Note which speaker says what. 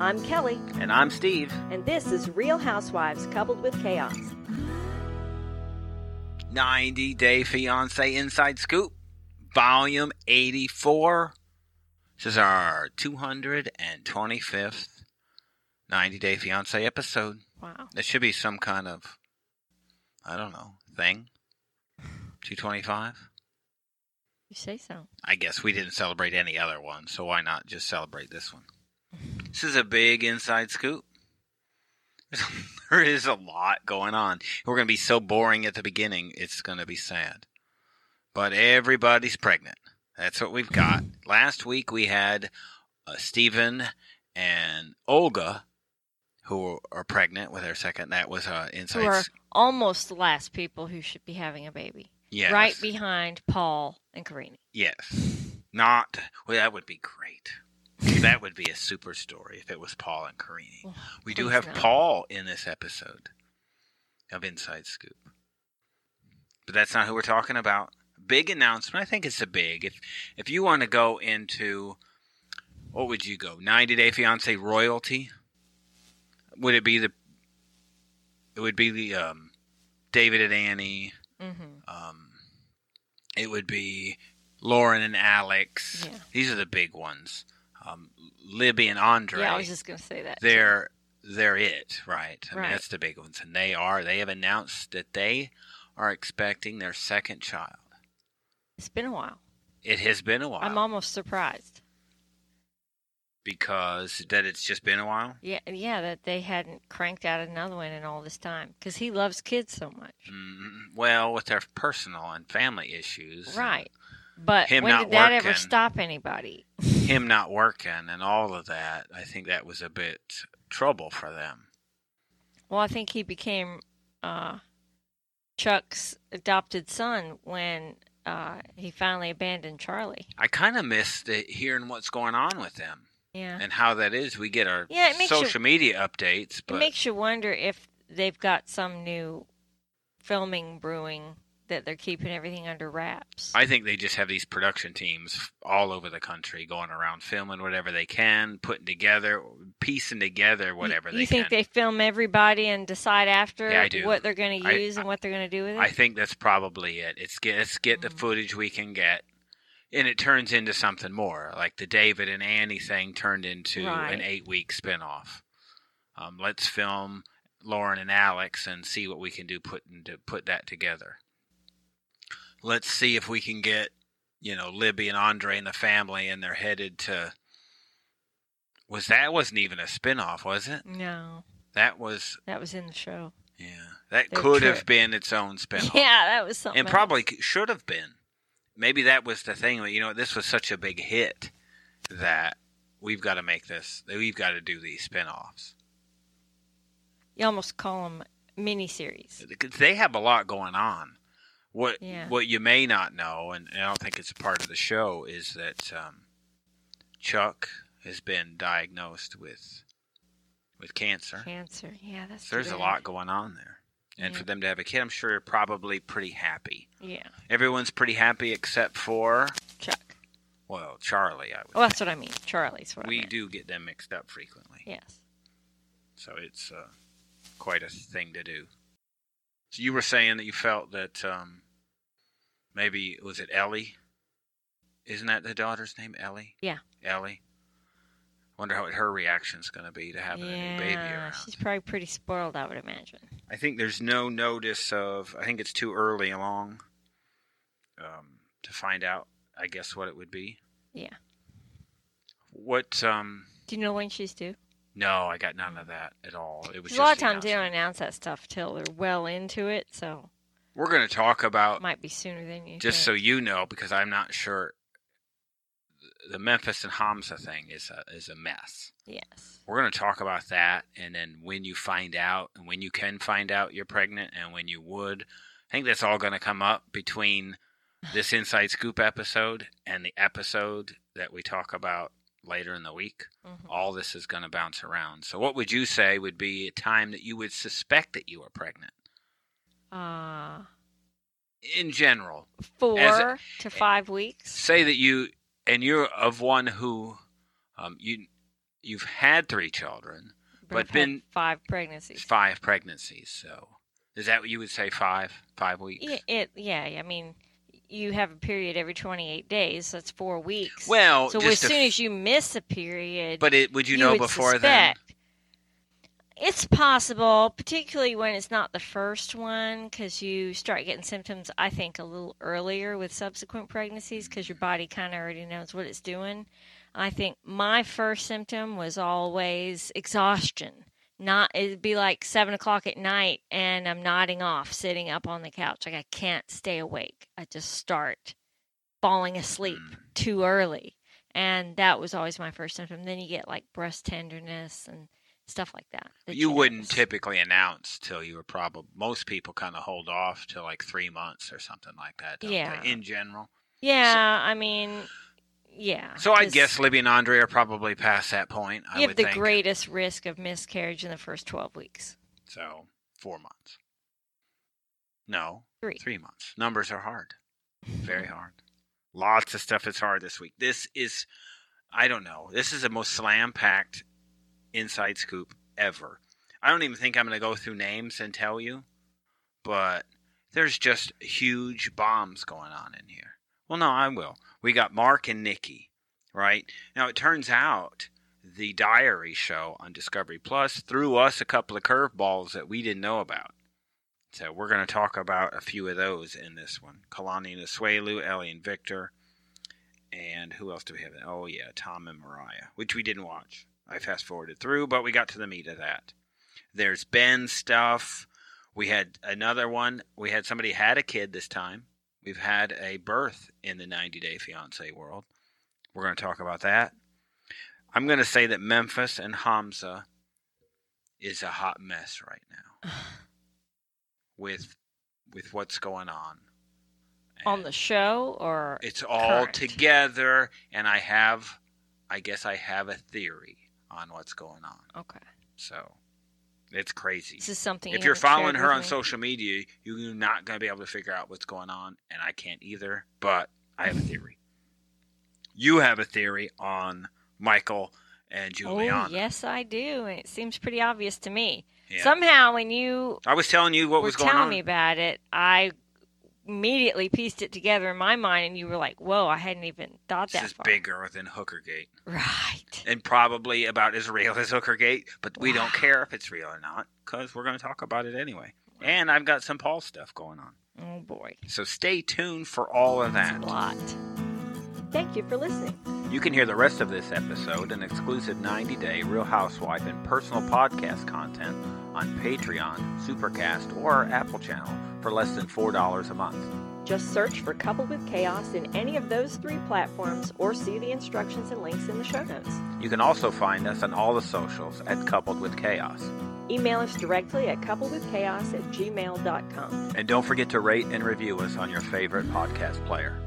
Speaker 1: I'm Kelly,
Speaker 2: And I'm Steve.
Speaker 1: and this is Real Housewives Coupled with Chaos.
Speaker 2: 90 Day Fiance Inside Scoop, Volume 84. This is our 225th 90 Day Fiance episode.
Speaker 1: Wow.
Speaker 2: There should be some kind of, I don't know, thing. 225?
Speaker 1: You say so.
Speaker 2: I guess we didn't celebrate any other one, so why not just celebrate this one? This is a big inside scoop. there is a lot going on. We're going to be so boring at the beginning, it's going to be sad. But everybody's pregnant. That's what we've got. Last week we had uh, Stephen and Olga, who are pregnant with their second. That was uh,
Speaker 3: who
Speaker 2: inside.
Speaker 3: are
Speaker 2: Scoop.
Speaker 3: almost the last people who should be having a baby.
Speaker 2: Yes.
Speaker 3: Right behind Paul and Karini.
Speaker 2: Yes. Not. Well, that would be great. that would be a super story if it was Paul and Karini.
Speaker 3: Oh,
Speaker 2: We do
Speaker 3: please
Speaker 2: have
Speaker 3: no.
Speaker 2: Paul in this episode of Inside Scoop. But that's not who we're talking about. Big announcement. I think it's a big. If if you want to go into what would you go? 90 Day Fiance royalty? Would it be the it would be the um, David and Annie
Speaker 3: Mm-hmm.
Speaker 2: um, it would be Lauren and Alex.
Speaker 3: Yeah.
Speaker 2: These are the big ones. Um, Libby and Andre.
Speaker 3: Yeah, I was just going to say that.
Speaker 2: they're they're it, right? I mean,
Speaker 3: Right.
Speaker 2: that's the big ones, and they are. They have announced that they are expecting their second child.
Speaker 3: It's been a while.
Speaker 2: It has been a while
Speaker 3: I'm almost surprised.
Speaker 2: because that it's just been a while.
Speaker 3: Yeah, yeah, that they hadn't cranked out another one in all this time because he loves kids so much.
Speaker 2: Mm, well, with their personal and family issues,
Speaker 3: Right. But
Speaker 2: Him
Speaker 3: when
Speaker 2: not
Speaker 3: did that ever
Speaker 2: working.
Speaker 3: stop anybody?
Speaker 2: him not working, and all of that, I think that was a bit trouble for them.
Speaker 3: Well, I think he became uh, Chuck's adopted son when uh, he finally abandoned Charlie.
Speaker 2: I kind of miss the, hearing what's going on with them
Speaker 3: Yeah.
Speaker 2: and how that is. We get our
Speaker 3: Yeah, it makes you-
Speaker 2: social media updates, but
Speaker 3: It makes you wonder if they've got some new filming brewing that they're keeping everything under wraps.
Speaker 2: I think they just have these production teams all over the country going around filming whatever they can, putting together, piecing together
Speaker 3: You-
Speaker 2: whatever
Speaker 3: you,
Speaker 2: they
Speaker 3: think
Speaker 2: can.
Speaker 3: they film everybody and decide after
Speaker 2: Yeah, I do.
Speaker 3: what they're going
Speaker 2: I-
Speaker 3: to use and what they're going to do with it?
Speaker 2: I think that's probably it. It's get let's get the
Speaker 3: Mhm.
Speaker 2: footage we can get, and it turns into something more. Like the David and Annie thing turned into
Speaker 3: Right.
Speaker 2: an eight-week spinoff. Um, let's film Lauren and Alex and see what we can do put to put that together. Let's see if we can get you know Libby and Andre and the family, and they're headed to. Was that wasn't even a spinoff, was it?
Speaker 3: Mm. no,
Speaker 2: That was
Speaker 3: that was in the show.
Speaker 2: yeah. That
Speaker 3: Their
Speaker 2: could
Speaker 3: trip.
Speaker 2: have been its own spinoff
Speaker 3: Yeah, that was something.
Speaker 2: and
Speaker 3: else.
Speaker 2: probably c should have been. Maybe that was the thing. You know, this was such a big hit that we've got to make this. that We've got to do these spinoffs.
Speaker 3: you almost call them miniseries.
Speaker 2: 'Cause They have a lot going on. What
Speaker 3: Yeah.
Speaker 2: what you may not know, and I don't think it's a part of the show, is that um, Chuck has been diagnosed with with cancer.
Speaker 3: Cancer. Yeah, that's
Speaker 2: So there's
Speaker 3: too
Speaker 2: a
Speaker 3: bad.
Speaker 2: lot going on there, and
Speaker 3: Yeah.
Speaker 2: for them to have a kid, I'm sure you're probably pretty happy.
Speaker 3: Yeah,
Speaker 2: Everyone's pretty happy except for
Speaker 3: Chuck.
Speaker 2: well, Charlie. I would
Speaker 3: Well, that's what I mean. Charlie's what I
Speaker 2: we
Speaker 3: meant.
Speaker 2: do get them mixed up frequently
Speaker 3: Yes.
Speaker 2: so it's uh, quite a thing to do so you were saying that you felt that um, maybe was it ellie isn't that the daughter's name ellie
Speaker 3: Yeah.
Speaker 2: ellie wonder how her reaction's going to be to having a new baby
Speaker 3: yeah,
Speaker 2: around
Speaker 3: she's probably pretty spoiled. I would imagine.
Speaker 2: i think there's no notice of i think it's too early along um, to find out i guess what it would be
Speaker 3: Yeah.
Speaker 2: what um
Speaker 3: Do you know when she's due?
Speaker 2: no i got none of that at all it was
Speaker 3: 'Cause
Speaker 2: just
Speaker 3: a lot of
Speaker 2: the
Speaker 3: times they
Speaker 2: announcement.
Speaker 3: don't announce that stuff till they're well into it, so
Speaker 2: We're going to talk
Speaker 3: it
Speaker 2: about,
Speaker 3: might be sooner than you.
Speaker 2: just so
Speaker 3: think.
Speaker 2: you know, because I'm not sure, the Memphis and Hamza thing is a, is a mess.
Speaker 3: yes,
Speaker 2: We're going to talk about that and then when you find out and when you can find out you're pregnant and when you would. I think that's all going to come up between this Inside Scoop episode and the episode that we talk about later in the week.
Speaker 3: Mhm.
Speaker 2: All this is going to bounce around. So, what would you say would be a time that you would suspect that you were pregnant
Speaker 3: uh,
Speaker 2: in general?
Speaker 3: four
Speaker 2: As
Speaker 3: to five weeks.
Speaker 2: say that you and you're of one who um, you you've had three children, But
Speaker 3: I've had
Speaker 2: been-
Speaker 3: five pregnancies.
Speaker 2: five pregnancies. So is that what you would say? Five, five weeks.
Speaker 3: Yeah, it, yeah, I mean, you have a period every 28 days. So that's four weeks.
Speaker 2: Well,
Speaker 3: so as
Speaker 2: just a
Speaker 3: soon
Speaker 2: f-
Speaker 3: as you miss a period,
Speaker 2: But it, would you, know
Speaker 3: would
Speaker 2: before
Speaker 3: suspect. It's possible, particularly when it's not the first one, because you start getting symptoms, I think, a little earlier with subsequent pregnancies because your body kind of already knows what it's doing. I think my first symptom was always exhaustion. Not it'd be like seven o'clock at night, and I'm nodding off, sitting up on the couch. Like I can't stay awake. I just start falling asleep
Speaker 2: Hmm.
Speaker 3: too early, and that was always my first symptom. Then you get like breast tenderness and stuff like that. that
Speaker 2: then? You wouldn't
Speaker 3: notice.
Speaker 2: typically announce till you were probably. Most people kind of hold off till like three months or something like that. don't they,
Speaker 3: Yeah.
Speaker 2: in general.
Speaker 3: Yeah, I mean, yeah.
Speaker 2: So I
Speaker 3: 'cause
Speaker 2: guess Libby and Andre are probably past that point. I
Speaker 3: you have
Speaker 2: would
Speaker 3: the
Speaker 2: think.
Speaker 3: greatest risk of miscarriage in the first twelve weeks.
Speaker 2: So four months. No,
Speaker 3: Three.
Speaker 2: three months. Numbers are hard. Very hard. Lots of stuff is hard this week. This is, I don't know. This is the most slam packed inside scoop ever. I don't even think I'm going to go through names and tell you, but there's just huge bombs going on in here. Well, no, I will. We got Mark and Nikki, right? Now, it turns out the diary show on Discovery Plus threw us a couple of curveballs that we didn't know about. So we're going to talk about a few of those in this one. Kalani Nasuelu, Ellie and Victor, and who else do we have? Oh yeah, Tom and Mariah, which we didn't watch. I fast forwarded through, but we got to the meat of that. There's Ben stuff. We had another one. We had somebody had a kid this time. We've had a birth in the 90 Day Fiance world. We're going to talk about that. I'm going to say that Memphis and Hamza is a hot mess right now with with what's going on.
Speaker 3: On
Speaker 2: And
Speaker 3: the show, or
Speaker 2: it's all
Speaker 3: current.
Speaker 2: together, and I have, I guess I have a theory on what's going on.
Speaker 3: okay,
Speaker 2: So it's crazy.
Speaker 3: this is something.
Speaker 2: If
Speaker 3: you
Speaker 2: you're
Speaker 3: haven't shared
Speaker 2: following her
Speaker 3: with
Speaker 2: on
Speaker 3: me.
Speaker 2: social media, you're not going to be able to figure out what's going on, and I can't either. But I have a theory. You have a theory on Michael and Juliana.
Speaker 3: Oh, yes, I do, and it seems pretty obvious to me.
Speaker 2: Yeah.
Speaker 3: Somehow, when you
Speaker 2: I was telling you what
Speaker 3: were
Speaker 2: was going
Speaker 3: telling
Speaker 2: on.
Speaker 3: me about it, I immediately pieced it together in my mind, and you were like, "Whoa, I hadn't even thought
Speaker 2: this
Speaker 3: that
Speaker 2: is
Speaker 3: far."
Speaker 2: bigger than Hookergate.
Speaker 3: right?
Speaker 2: and probably about as real as Hookergate, but we don't care if it's real or not because we're going to talk about it anyway. And I've got some Paul stuff going on.
Speaker 3: Oh boy,
Speaker 2: So stay tuned for all of
Speaker 3: that's
Speaker 2: that.
Speaker 3: a lot.
Speaker 1: Thank you for listening.
Speaker 2: You can hear the rest of this episode and exclusive 90 day Real Housewife and personal podcast content on Patreon, Supercast, or our Apple channel for less than $4 a month.
Speaker 1: Just search for Coupled with Chaos in any of those three platforms or see the instructions and links in the show notes.
Speaker 2: You can also find us on all the socials at Coupled with Chaos.
Speaker 1: Email us directly at coupledwithchaos at gmail.com.
Speaker 2: And don't forget to rate and review us on your favorite podcast player.